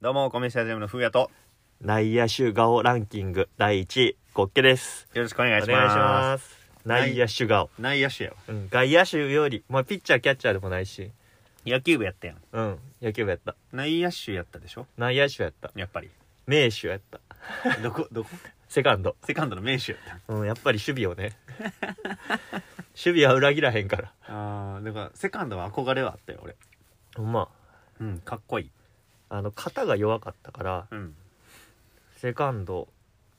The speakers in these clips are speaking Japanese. どうも、米スタジアムのふうやと、内野手顔ランキング第1位、ゴッケです。よろしくお願いします。す。内野手顔。内野手やわ。うん、外野手より、まあ、ピッチャー、キャッチャーでもないし、野球部やったやん。うん、野球部やった。内野手やったでしょ内野手やった。やっぱり。名手やった。どこ、どこセカンド。セカンドの名手やった。うん、やっぱり守備を ね。守備は裏切らへんから。ああ、だから、セカンドは憧れはあったよ、俺。ほんま、うん、かっこいい。あの、肩が弱かったから、うん。セカンド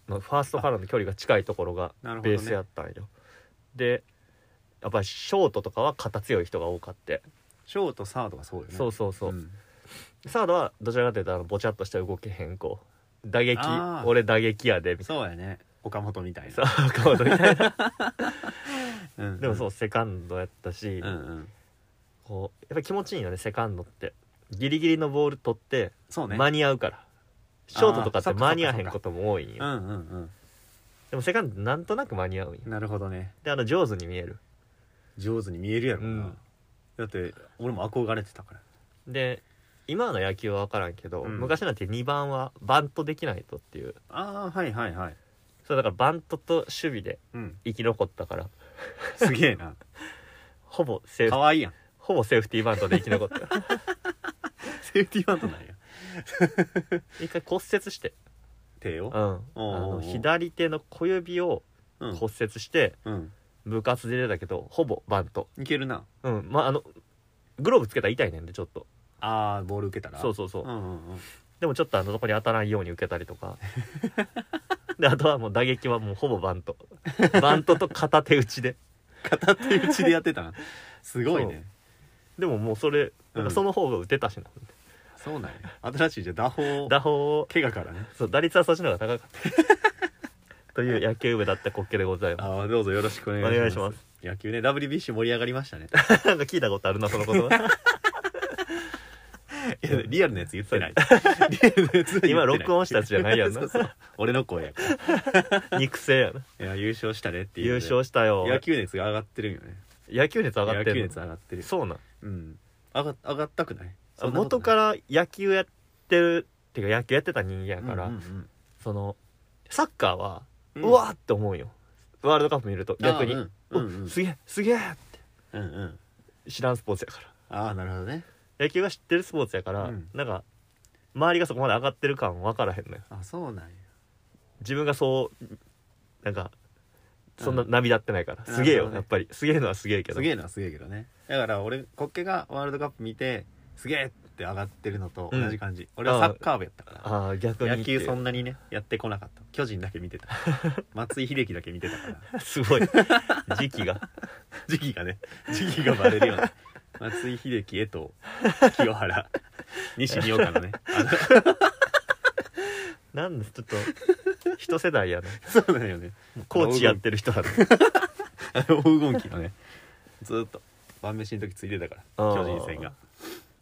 のファーストからの距離が近いところがなるほどねベースやったんよ。で、やっぱりショートとかは肩強い人が多かって。ショート、サードはそうよね。そうそうそう。んサードはどちらかというとあのぼちゃっとした動き変更打撃あー俺打撃やでみたいそうやね。岡本みたいなな。さあカードみたい なうんでもそうセカンドやったし、うんうん。こうやっぱり気持ちいいよねセカンドってギリギリのボール取ってそうね。間に合うから、ショートとかっあてーそっか間に合わへんことも多いんうよんうんでもセカンドなんとなく間に合うんようん。なるほどね。であの上手に見える上手に見えるやろう。なんだって、俺も憧れてたから。で今の野球は分からんけど、うん昔なんて2番はバントできないとっていうああ、はいはいはい。それだからバントと守備で うん。生き残ったからすげえな。ほぼセーフかわいいやん。ほぼセーフティーバントで生き残ったセーフティーバントなんや。一回骨折して、 手うをん、。あの左手の小指をうん骨折してうん。部活で出たけどほぼバントいけるな。うんまああのグローブつけたら痛いねんでちょっとああ、ボール受けたら。そうそうそう、うんうんうん。でもちょっとあのそこに当たらんように受けたりと かであとはもう打撃はもうほぼバン トバントと片手打ちで片手打ちでやって たな。すごいね。でももうそれなんかその方が打てたしな、そうなんや。新しいじゃあ打法。打法を怪我からね。そう打率はそっちの方が高かった という野球部だった滑稽でございます ああ、どうぞよろしくお願いします。お願いします野球ね、WBC 盛り上がりました ね。なんか聞いたことあるなその言葉 いやリアルなやつ言ってない。 リアルなやつは言ってない今録音したやつじゃないやんなそうそう俺の声やから。肉声やないや、優勝したねっていう。優勝したよ野球熱が上がってるんよね。野球熱上がっ野て球る熱上がってる。そうなんうん。上が上がったくない元らから野球やってるっていうか野球やってた人間やから、そのサッカーは、うわーって思うよワールドカップ見ると逆に、うんうんうんおすげえすげえっうんうん。て知らんスポーツやかああ、なるほどね。ら野球が知ってるスポーツやから、うんなんか周りがそこまで上がってる感分からへんのよあそうなんや。自分がそうなんかそんなう涙ってないから、ほどねすげえよ、やっぱりすげえのはすげえけどすげえのはすげえけどね。だから俺、国家がワールドカップ見て、すげえって上がってるのと同じ感じ。俺はサッカー部やったから。ああ逆に野球そなんなにね、やってこなかった。巨人だけ見 てた。松井秀喜だけ見てたから。すごい時期が時期がね、時期がバレるよね。松井秀喜、江藤、清原、西二岡のね。あのなんですちょっと一世代やねそうだよね。コーチやってる人 だねあの黄金期のね。ずーっと。晩飯の時ついてたから。あー巨人戦が。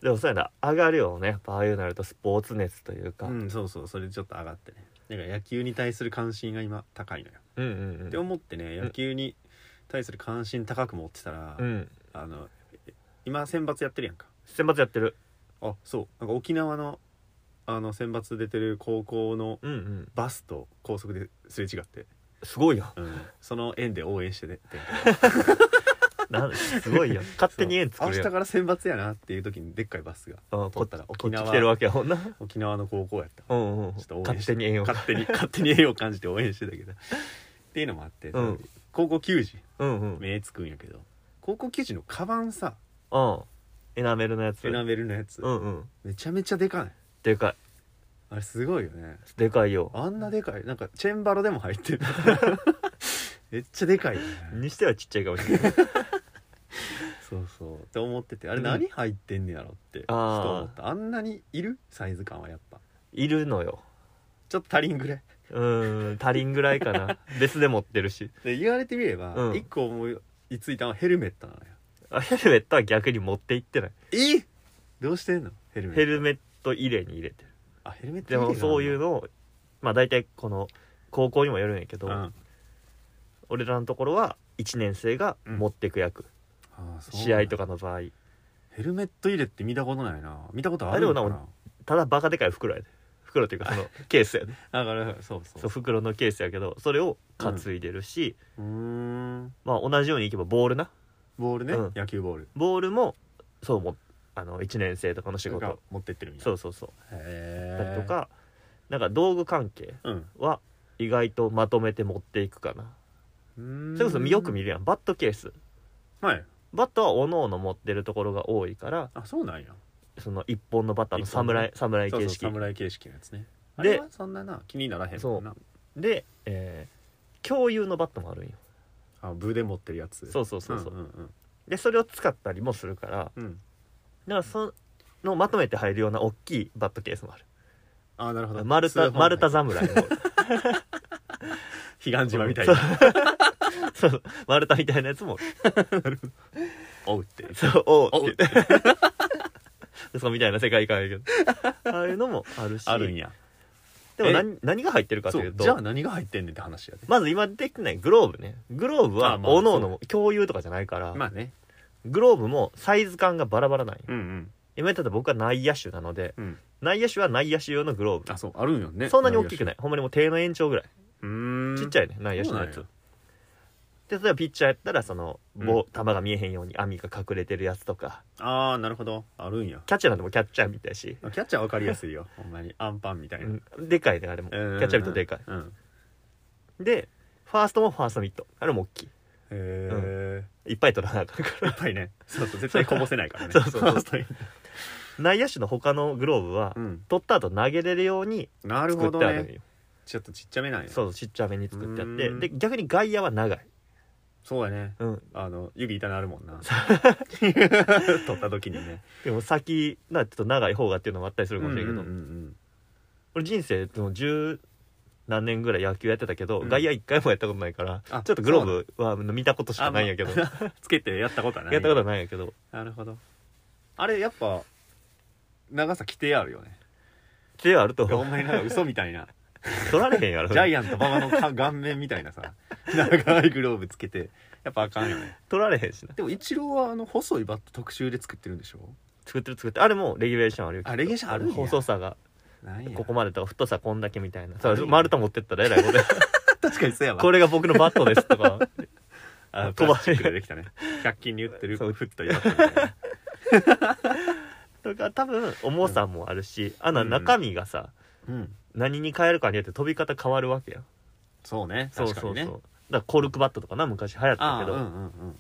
でもそうやな上がるよねやっぱああいうなるとスポーツ熱というか、うん、そうそう。それでちょっと上がってね。だから野球に対する関心が今高いのよ。うんうんっうんて思ってね野球に対する関心高く持ってたら、うんあの今選抜やってるやんか選抜やってるあそうなんか沖縄のあの選抜出てる高校のうんうんバスと高速ですれ違って、すごいようん、その縁で応援してねなんすご いよ 勝手に縁作るそう明や日んから選抜やなっていう時にでっかいバスがあ通こったらこ沖っち縄来てるわけ やもんな沖縄の高校やったうんうんちょっと応援勝して手に縁を勝手に勝手に栄を感じて応援してたけどっていうのもあって、うん高校球児うんうん目つくんやけど高校球児のカバンさうんエナメルのやつエナメルのやつ、うんうんめちゃめちゃでかいでかいあれすごいよねでかいよあんなでかいなんかチェンバロでも入って るめっちゃでかいよねにしてはちっちゃいかもしれないそうそうって思っててあれうん何入ってんねやろって、ちょあーっと思ったあんなにいるサイズ感はやっぱいるのよちょっと足りんぐらいうーん足りんぐらい かな別で持ってるしで言われてみれば、うん一個思いついたのはヘルメットなのよあヘルメットは逆に持って行ってないえどうしてんのヘルメットヘルメット入れに入れてるあヘルメットでもそういうの、のをまあ大体この高校にもよるんやけど、うん、あ俺らのところは1年生が持ってく役、ーそう試合とかの場合ヘルメット入れって見たことないな見たことああるでものなかなただバカでかい袋やで袋というかそのケースやねだからそうそうそう袋のケースやけどそれを担いでるし、うーんまあ同じようにいけばボールなボールね、うん野球ボールボールもそうもあの1年生とかの仕が事持ってってるみたいそなうそうそうへだえとかなんか道具関係うんは意外とまとめて持っていくかなうーんそれこそよく見るやんバットケースはいバットはおのおの持ってるところが多いからあそうなんやその一本のバッターの一本の侍侍そうそ形う式侍形式のやつねであれはそんなな気にならへんもんなで、えー共有のバットもあるんよあ部で持ってるやつそうそうそうそう、んうんでそれを使ったりもするからだかうん、うん、らそのまとめて入るような大きいバットケースもあるあなるほど丸数太本丸 太侍の彼岸島みたいそうなそうそう丸太みたいなやつもおうっ てそうおおううって嘘みたいな世界観やけどああいうのもあるしあるんやでも何何が入ってるかとそいううとじゃあ何が入ってんねんって話やでまず今出てきてないグローブねグローブあはまあおのおの共有とかじゃないから、まあねグローブもサイズ感がバラバラない、うんうん今言ったら僕は内野手なのでうん内野手は内野手用のグローブあそうあるんよねそんなに大きくいないほんまにもう手の延長ぐらい、うーんちっちゃいいね内野手のやつそうで例えばピッチャーやったらそのうん棒球が見えへんように網が隠れてるやつとかああなるほどあるんやキャッチャーなんてもうキャッチャーみたいやし、キャッチャーわかりやすいよ ほんまにアンパンみたいなうんでかいねあれもキうんうんうャんッチャーミットでかいうんでファーストもファーストミットあれも大きいへえいっぱい取らなあかんか らやっぱりねそうそう絶対こぼせないからねそうそうそうそう内野手の他のグローブは、うん取った後投げれるようになるほ作ってどあるんねよ、ちょっとちっちゃめなんやそうそうちっちゃめに作ってあっうーんてで逆に外野は長い、そうやねうん、あの指痛なるもんな 取った時にねでも先なちょっと長い方がっていうのもあったりするかもしれんけど、うんうんうん俺人生でも十何年ぐらい野球やってたけど、うん外野一回もやったことないからあちょっとグローブは見たことしかないんやけど、あまあ つけてやったことはないやったことはないんやけどなるほどあれやっぱ長さ規定あるよ ね手はあるといやほ思うんまになんか嘘みたいな取られへんやろジャイアント馬場のか顔面みたいなさ長いグローブつけてやっぱあかんよね取られへんしなでもイチローはあの細いバット特集で作ってるんでしょ作ってる作ってるあれもレギュレーションあるよあレギュレーションあるんや細さがなんやここまでとか太さこんだけみたいなそあうるんや丸太持ってったらえらいことや 確かにそうやわこれが僕のバットですとかあ飛飛ばばしてくれできたね100均に売ってるそうフットやったみたいなだから多分重さもあるし、あのうん中身がさ、うん何に変えるかによって飛び方変わるわけやんそうねそう確そかにうねそうだからコルクバットとかな昔流行ったああうんけどうあ,、んうん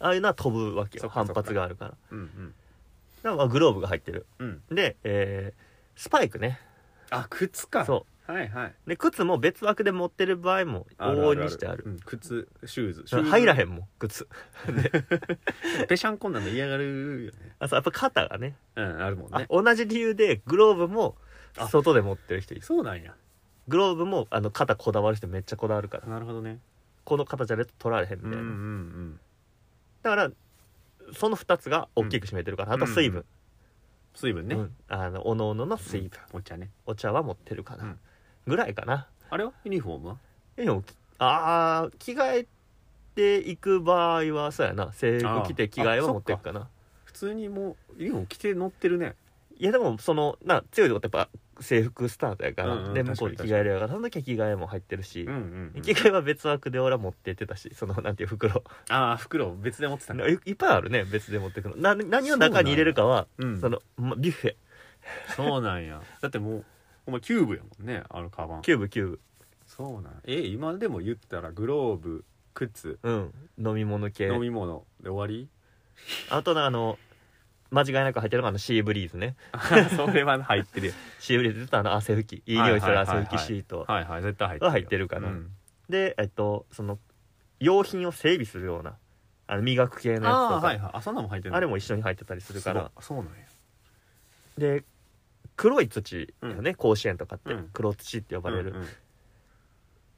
あいうのは飛ぶわけそよっか反そっか発があるからだかうんうんらまあグローブが入ってるうんで、えースパイクねあ靴かそはいはいうで靴も別枠で持ってる場合も往々にしてあるうん靴シューズシだューからズ入らへんもん靴ペシャンコンなの嫌がるよねあそうやっぱ肩がねうんあるもんあね同じ理由でグローブもあ外で持ってる人いるそうなんやグローブもあの肩こだわる人めっちゃこだわるからなるほどねこの肩じゃねと取られへんみうたんいうんな、うんだからその2つが大きく占めてるから、うんあと水分、水分ねうんあのおのおのの水分、お茶ねお茶は持ってるかな、うんぐらいかなあれはユニフォームはでもきあー着替えていく場合はそうやな制あー服着て着替えはあ持っていくかな普通にもうユニフォーム着て乗ってるねいやでもそのな強いとこってやっぱ制服スタートやから、うんうんで向こうで着確かに替えるやからその時は着替えも入ってるし、うんうんうん着替えは別枠で俺は持ってってたしそのなんていう袋ああ袋を別で持ってたね いいっぱいあるね別で持ってくのな何を中に入れるかはうんその、まビュッフェそうなんや だってもうお前キューブやもんねあのカバンキューブキューブそうなんえ今でも言ったらグローブ靴うん飲み物系飲み物で終わ りあとなあの間違いなく入ってるのがあのシーブリーズねそれは入ってるよシーブリーズって言ったらあの汗拭きいい匂いするはい汗はいはいはい拭きシートはいはい絶対入ってるは入ってるかな、うんでえっとその用品を整備するようなあの磨く系のあやつとあかあ,、はいはいあそんなんも入ってるれも一緒に入ってたりするからそうそうなんやで黒い土よね、甲子園とかって、うん黒土って呼ばれる、うんうん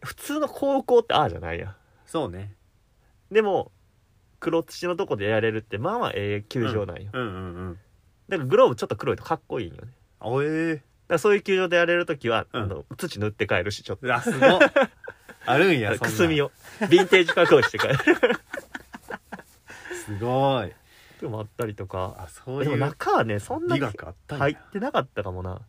普通の高校ってああじゃないやそうねでも黒土のとこでやれるってまあまあええ球場なんよ、うんうんうんだからグローブちょっと黒いとかっこいいんよねだかあおえらそういう球場でやれる時は、うんあの土塗って帰るしちょっとー、あすごっ あるん やそんなくんすみをヴィンテージ加工して帰るすごいでもあったりとかあそうでいもう中はねそんな美に学あったんや入ってなかったかもな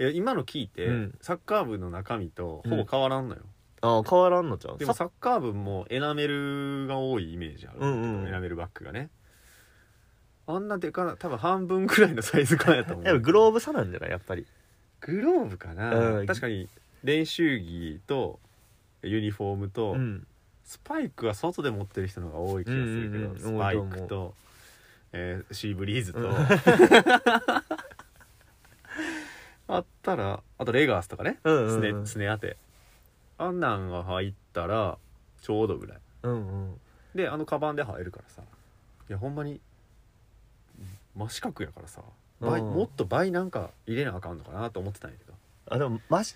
いや今の聞いて、うんサッカー部の中身とほぼ変わらんのよ、ああ変わらんのじゃんでもさサッカー部もエナメルが多いイメージある、うんうんうんエナメルバッグがねあんなでかな多分半分くらいのサイズ感やと思う やっぱグローブ差なんじゃないやっぱりグローブかな、うん確かに練習着とユニフォームと、うんスパイクは外で持ってる人の方が多い気がするけど、うんうんうんスパイクと、えーシーブリーズと、うん あったらあとレガースとかねうんすうねんすね当てあんなんが入ったらちょうどぐらいうんうんであのカバンで入るからさいやほんまに真四角やからさ倍うんもっと倍なんか入れなあかんのかなと思ってたんやけどあでも真四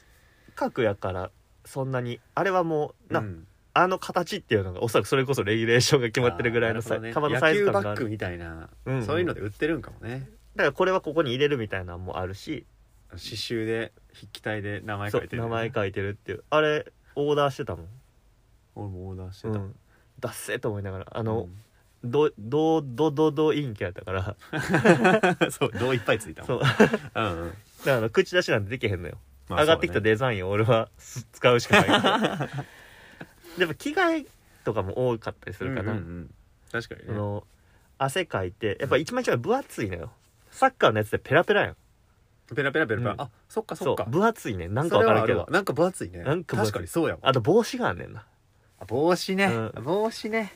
角やからそんなにあれはもうな、うんあの形っていうのがおそらくそれこそレギュレーションが決まってるぐらいのさ、あーなるほカバどンねのサイズ野感球がバあッグるみたいな、うんうんそういうので売ってるんかもねだからこれはここに入れるみたいなのもあるし刺繍で筆記体で名前書そいうてる、名前書いてるっていうあれオーダーしてたもん俺もオーダーしてうた、んだっせと思いながらあうのん、どどどどどインキやったから そう銅いっぱいついたもそんう、うだかん うんらあの口出しなんてできへんのよまあ上がってきたデザインを俺はす使うしかないから でも着替えとかも多かったりすそうるねかな、うんうんうん確かにそねの汗かいてやっぱ一枚一枚分厚いのよサッカーのやつってペラペラやんペラペラペラペラ、うんあそっかそそっかう分厚いねなんか分からんそけれはあどるわなんか分厚いねなんか分厚い確かにそうやわあと帽子があんねんなあ帽子ね、う帽子ね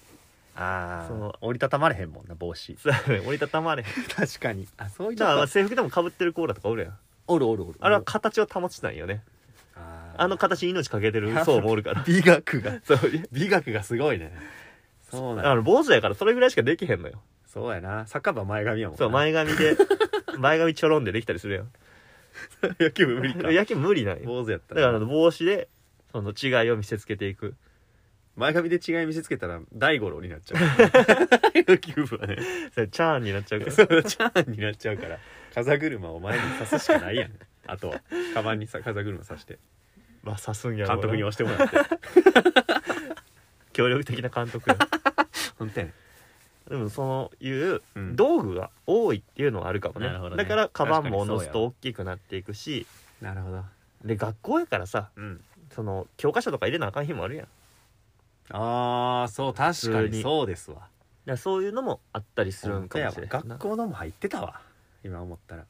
あそのあ折りたたまれへんもんな帽子そうやね折りた たまれへん確かにあそういうだからと制服でもかぶってるコーラとかおるやんおるおるおるあれは形を保ちたいよねあーあの形に命かけ てる層もおるから美学がそう美学がすごいねそうなんあやの坊主やからそれぐらいしかできへんのよそうやなサッカー部は前髪やもんなそう前 髪で前髪ちょろんでできたりするやん野球部無理か野球無理なんよ坊主やっただからあらの帽子でその違いを見せつけていく前髪で違い見せつけたら大五郎になっちゃう 野球部はねそれチャーンになっちゃう からそうチャーンになっちゃうから風車を前に刺すしかないやんあとはカバンにさ風車刺してまあ刺すんやろ監うな督に押してもらって協力的な監督や本当やねでもそのいううん道具が多いっていうのはあるかもね,、なるほどねだからカバンも確かおにのそうずやと大きくなっていくしなるほどで学校やからさうんその教科書とか入れなあかん日もあるやんだかああそう確か普通ににそうですわらそういうのもあったりするんかもし本れ当やないわな学校のも入ってたわ今思ったら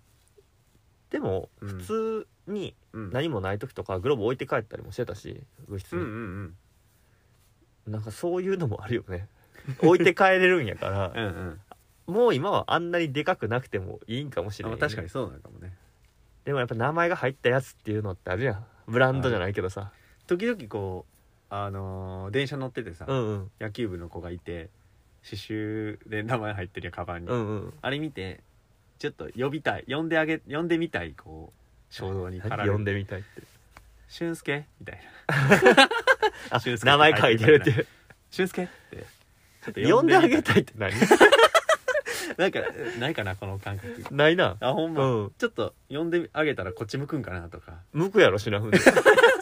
でもうん普通にうん何もない時とかグローブ置いて帰ったりもしてたし部室うんに、うんうんなんかそういうのもあるよね置いて帰れるんやからうんうんもう今はあんなにでかくなくてもいいんかもしれあない、確かにそうなのかもねでもやっぱ名前が入ったやつっていうのってあるやんブランドじゃないけどさ時々こうあのー電車乗っててさ、うんうん野球部の子がいて刺繍で名前入ってるやんカバンに、うんうんあれ見てちょっと呼びたい呼んであげ呼んでみたいこう衝動に駆られ呼んるでみたいって「俊介」みたいなあ俊介名前書いてるっていう「俊介」ってちょっ呼んであげみたいって何なんかないかなこの感覚ないなあほんま、うんちょっと呼んであげたらこっち向くんかなとか 向くやろしなふんで、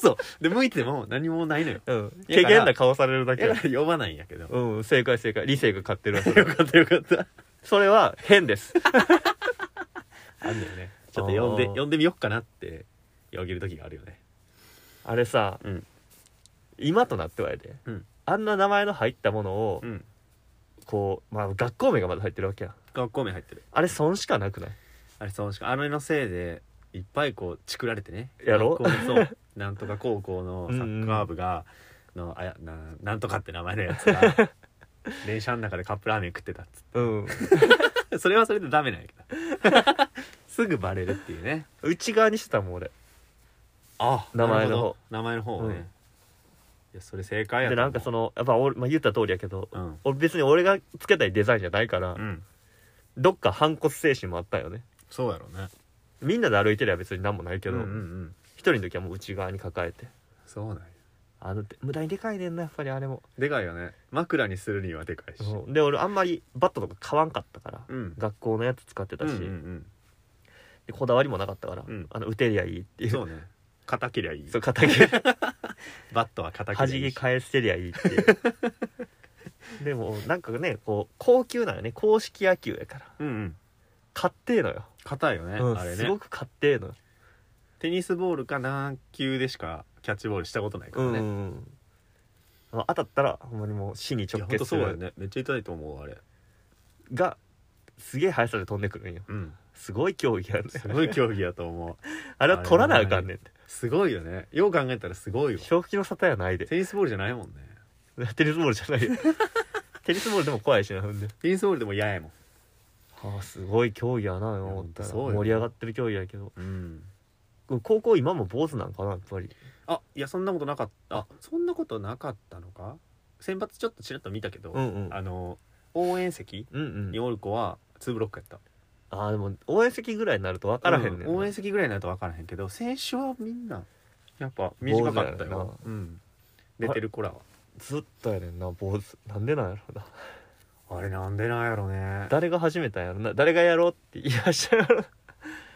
そうで向いても何もないのようん、やからけげんな顔されるだけだやから呼ばないんやけど ようん正解正解理性が勝ってるわそれはかったよかったそれは変 ですあんだよねちょっと呼んであー呼んでみよっかなって呼げる時があるよねあれさ、うん今となってはやで、うんあんな名前の入ったものを、うんこう、まあ、学校名がまだ入ってるわけや学校名入ってるあれ損しかなくないあれそうしかあれのせいでいっぱいこうチクられてねやろ学校のそう なんとか高校のサッカー部がのあやななんとかって名前のやつ が電車の中でカップラーメン食ってたっつっうんてそれはそれでダメなんやけど すぐバレるっていうね内側にしてたもん俺あ名前なるの方ほど名前の方をね、うんいやそれ正解やでなんかそののやっぱ俺、まあ、言った通りやけど、うん俺別に俺がつけたいデザインじゃないから、うんどっか反骨精神もあったよねそうやろうねみんなで歩いてりゃ別に何もないけけどどうん一、うんうん人の時はもう内側に抱えてそうなんやあの無駄にでかいねんなやっぱりあれも、でかいよね枕にするにはでかいしうんで俺あんまりバットとか買わんかったから、うん学校のやつ使ってたし、うんうんでこだわりもなかったから、うんあの打てりゃいいってういん、うそうね肩切りゃいいそ う肩切りバットは肩弾切りゃいいきし返せりゃいいっていうでもなんかねこう高級なのね公式野球やからうんうん買ってえのよ、硬いよね、うんあれねすごく買ってえのよテニスボールか何球でしかキャッチボールしたことないかうらん、ね、まあ、当たったらほんまにもう死にいや直ほんと結すそうだよるねめっちゃ痛いと思うあれがすげえ速さで飛んでくるんようんすごい競技やねすごい競技やと思うあれは取らなあかんねんってすごいよねよう考えたらすごいよ正気の沙汰やないで テニスボールじゃないもんねテニスボールじゃない よテニスボールでも怖いしなほんでテニスボールでも嫌やもんああすごい競技やな思ったらいやほんとそうよ盛り上がってる競技やけどうん高校今も坊主なんかなやっぱりあいやそんなことなかったあそんなことなかったのか選抜ちょっとちらっと見たけど、うんうんあの応援席うんうんにおる子は2ブロックやったああでも応援席ぐらいになると分からへんねんな、う応援席ぐらいになると分からへんけど選手はみんなやっぱ短かっ坊た主やろよ、うん、出てる子らはずっとやねんな坊主なんでなんやろうなあれなんでなんやろね誰が始めたんやろな誰がやろうって言いらっしゃる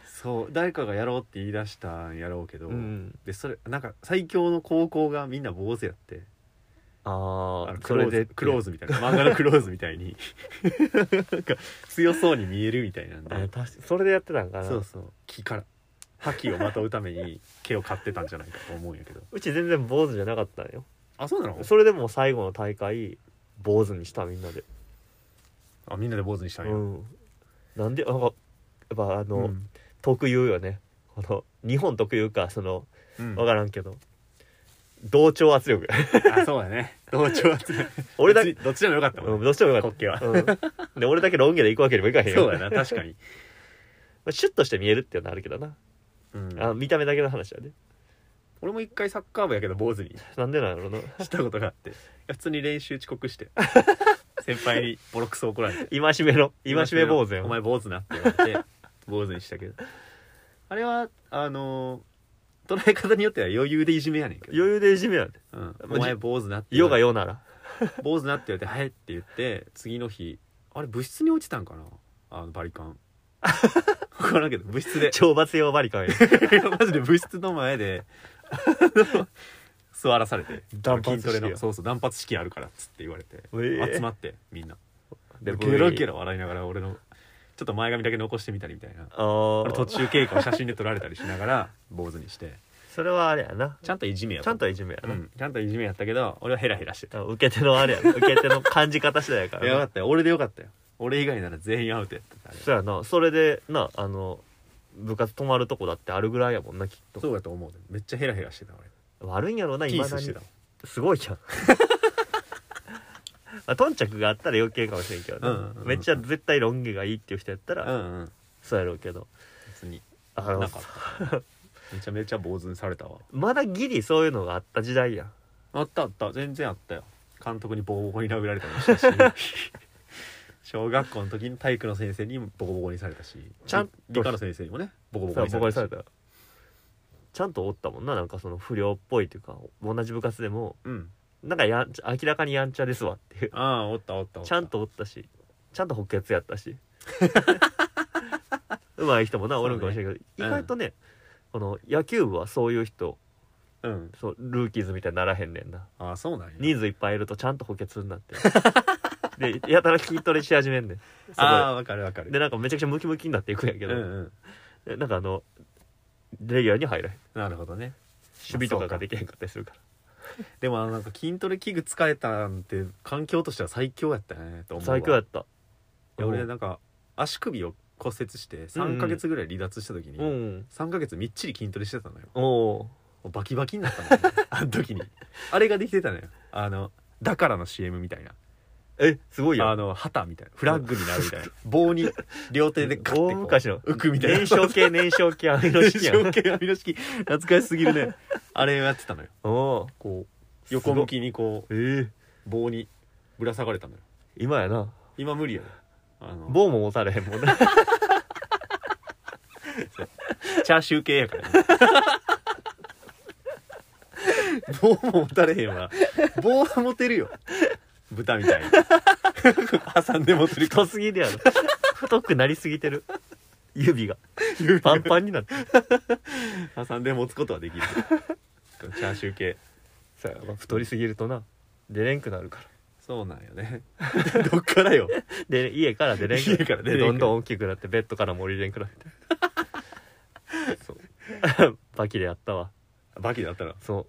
そう誰かがやろうって言い出したんやろうけど、うんでそれなんか最強の高校がみんな坊主やってああのあクそロれーズでクローズみたいな漫画のクローズみたいに なんか強そうに見えるみたいなんあ確でかそれでやってたんかなそうそう木から覇気をまとうために毛を刈ってたんじゃないかと思うんやけどうち全然坊主じゃなかったんよあそうなのそれでもう最後の大会坊主にしたみんなであみんなで坊主にしたんうや、んなんでなんかやっぱあの、うん特有よねこの日本特有かそのうん分からんけど、同調圧力 あそうだね同調圧力俺だどっけちどっちでもよかったもうんんねどうしてもよか滑っ稽はた、うん、で俺だけロン毛で行くわけにもいかへんよそうだな確かに、まあシュッとして見えるっていうのはあるけどな、うんあ見た目だけの話だね俺も一回サッカー部やけど坊主になんでなんやろうなしたことがあって普通に練習遅刻して 先輩にボロクソ怒られて戒めの戒め坊主やおん前坊主なって言われて坊主にしたけどあれはあのー捉え方によっては余裕でいじめやねんけど、余裕でいじめやでうん、お前坊主なって言世わがれて世なら坊主なって言われて「はい」って言って次の日あれ部室に落ちたんかなあのバリカン分からんけど部室で懲罰用バリカンやいやマジで部室の前であの座らされて断髪式筋トレのよそうそう断髪式あるからっつって言われて、ええ集まってみんなでで ゲロゲロロ笑いながら俺のちょっと前髪だけ残してみたりみたいなあ俺あ途中経過を写真で撮られたりしながら坊主にしてそれはあれやなちゃんといじめやちゃんといじめやうな、んちゃんといじめやったけど俺はヘラヘラしてたあ受け手の あれやな受け手の感じ方次第やからいなやよかったよ俺でよかったよ俺以外なら全員アウトやったってあれそうやなそれでなあの部活泊まるとこだってあるぐらいやもんなきっとそうだと思うでめっちゃヘラヘラしてた悪いんやろうな俺ピー今だスしにてたもんすごいじゃん まあ、頓着があったら余計かもしれんけどね、うんうんうんめっちゃ絶対ロン毛がいいっていう人やったら、うんうんそうやろうけど別にあなのかった めちゃめちゃ坊主にされたわまだギリそういうのがあった時代やんあったあった全然あったよ監督にボコボコに殴られたりもした し小学校の時に体育の先生にもボコボコにされたしちゃんと理理科の先生にもねボコボコそうにさボコれにされたしたらちゃんとおったもんななんかその不良っぽいというか同じ部活でもうんなんかやん明らかにやんちゃですわっていうああおったおったおったちゃんとおったしちゃんと補欠やっ たしうまい人もなおるんかもしれないけそど、うね意外とね、この野球部はそういう人うんそうルーキーズみたいにならへんねんなああそうなんや人数いっぱいいるとちゃんと補欠になって でやたら筋トレし始めんねんそああこわかるわかでるでなんかめちゃくちゃムキムキになっていくんやけうんど、うんでなんかあのレギュラーに入らへんなるほどね守備とそかうかができへんかったりするからでもあのなんか筋トレ器具使えたなんて環境としては最強やったねと思うわ最強やったいや俺なんか足首を骨折して3ヶ月ぐらい離脱した時に、うん3ヶ月みっちり筋トレしてたのよおおバキバキになったのよ あの時にあれができてたのよあのだからの CM みたいなーえすごいあよの旗みたいなフラッグになるみたいな棒に両手でガッてこう大昔の浮くみたいな燃焼系燃焼系アミノ燃式やん焼系アミノ式懐かしすぎるねあれをやってたのよおおこう横向きにこええう棒にぶら下がれたのよ今やな今無理やろあの棒も持たれへんも んなチャーシュー系やから、ね、棒も持たれへんわ棒は持てるよ豚みたいに挟んで持てる太すぎるやろ太くなりすぎてる指が指パンパンになってる挟んで持つことはできるチャーシュー系そうやな太りすぎるとな出れんくなるからそうなんよね どっからよで家から出れんくなる家から出れんくなるでどんどん大きくなってベッドからも降りれんくなってそうバキでやったわバキだったらそう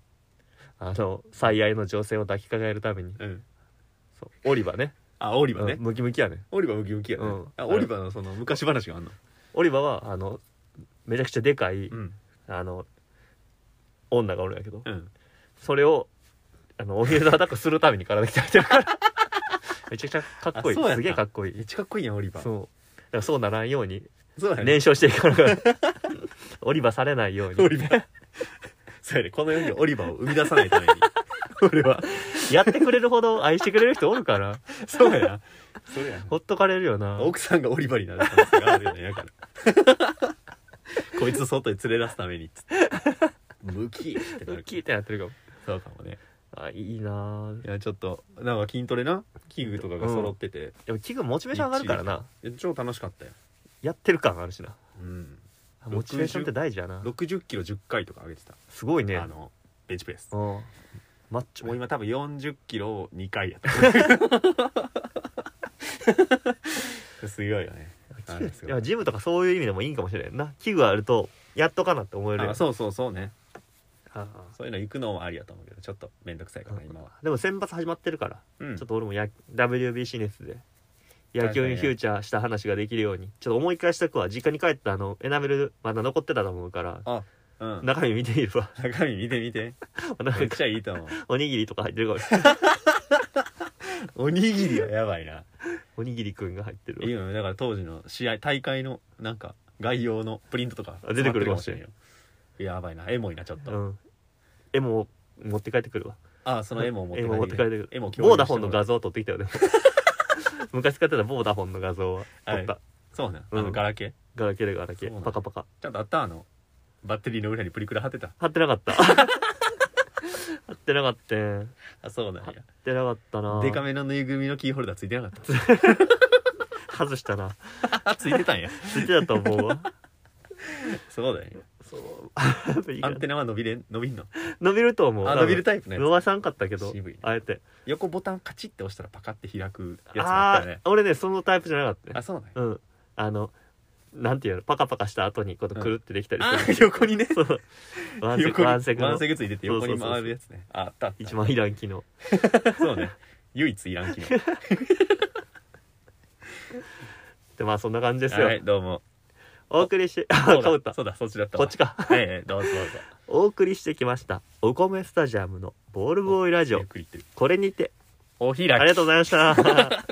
あの最愛の女性を抱きかかえるためにうんそうオリバねあオリバね、うんムキムキやねオリバームキムキやね、うんあオリバーのその昔話があんのオリバはあのめちゃくちゃでかい、うんあの女がおるんやけどうんそれをあのお昼のアタックするために体鍛えてるから めちゃくちゃかっこいあそうやったいすげえかっこいめっいちゃかっこいいやんオリバーそそうだからそうならんようにうだね燃焼していか ながらオリバされないようオにリバ ーそうやねこの世にオリバーを生み出さないた めに俺はやってくれるほど愛してくれる人おるからそうやな そうやなほっとかれるよな奥さんがオリバーになる可能性があるよねやから こいつ外に連れ出すためにっつってムキーってなる聞いてやってるかもそうかもねあいいなぁいやちょっとなんか筋トレな器具とかが揃ってて、でも器具モチベーション上がるからないや超楽しかったよやってる感あるしなうんモチベーションって大事やな6 0キロ1 0回とか上げてた、すごいねあのベンチプレスうんマッチもうョ今多分4 0キロを2回やった すごいよねあれすいごいやジムとかそういう意味でもいいんかもしれんな器具あるとやっとかなって思えるやんあそうそうそうねあそういうの行くのもありやと思うけどちょっと面倒くさいかあら今は、でも選抜始まってるから、うん、ちょっと俺もや WBC ネスで野球にフューチャーした話ができるようにちょっと思い返しとくわ実家に帰ったあのエナメルまだ残ってたと思うからうん、中身見てみ るわ中身見て見てなんめっかちゃいいと 思うおにぎりとか入ってるかもしれんおにぎりはやばいなおにぎりくんが入ってるわ今だから当時の試合大会のなんか概要のプリントとかあ出てくるかもしれんよやばいなエモいなちょっと、うん絵も持って帰ってくるわあそのエモを持って絵も持って帰ってくるエモボーダフォンの画像像を撮ってきた よね昔使ってたボーダフォンの画像は撮った、そうねあうんのガラケーガラケーでガラケそうなーんパカパカちゃんとあったあのバッテリーの裏にプリクラ貼ってた貼ってなかった 貼ってなかったね貼っあそうなんやてなかったなデカめのぬいぐるみのキーホルダーついてなかっ外したなたあついてたんや ついてたと思うわ そうだよそう いいかアンテナは伸びれん伸びんの伸びると思うあ伸びるタイプね伸ばさんかったけど渋いねあえて横ボタンカチッて押したらパカッて開くやつもああっあたよねー俺ねそのタイプじゃなかったあねそうなんやうんあのなんていうのパカパカした後にこうくるってできたりあする、ー横にねそうワンセ横クにワンセクワのンセグついてて横に回るやつねああったあった一番いらん機能そうね唯一いらん機能でまあそんな感じですよ、はいどうもお送りしてあそうかぶっただそうだそっちだったこわっちかはいはいどうぞどうぞお送りしてきましたお米スタジアムのボールボーイラジゆオっくり言ってるこれにてお開きありがとうございました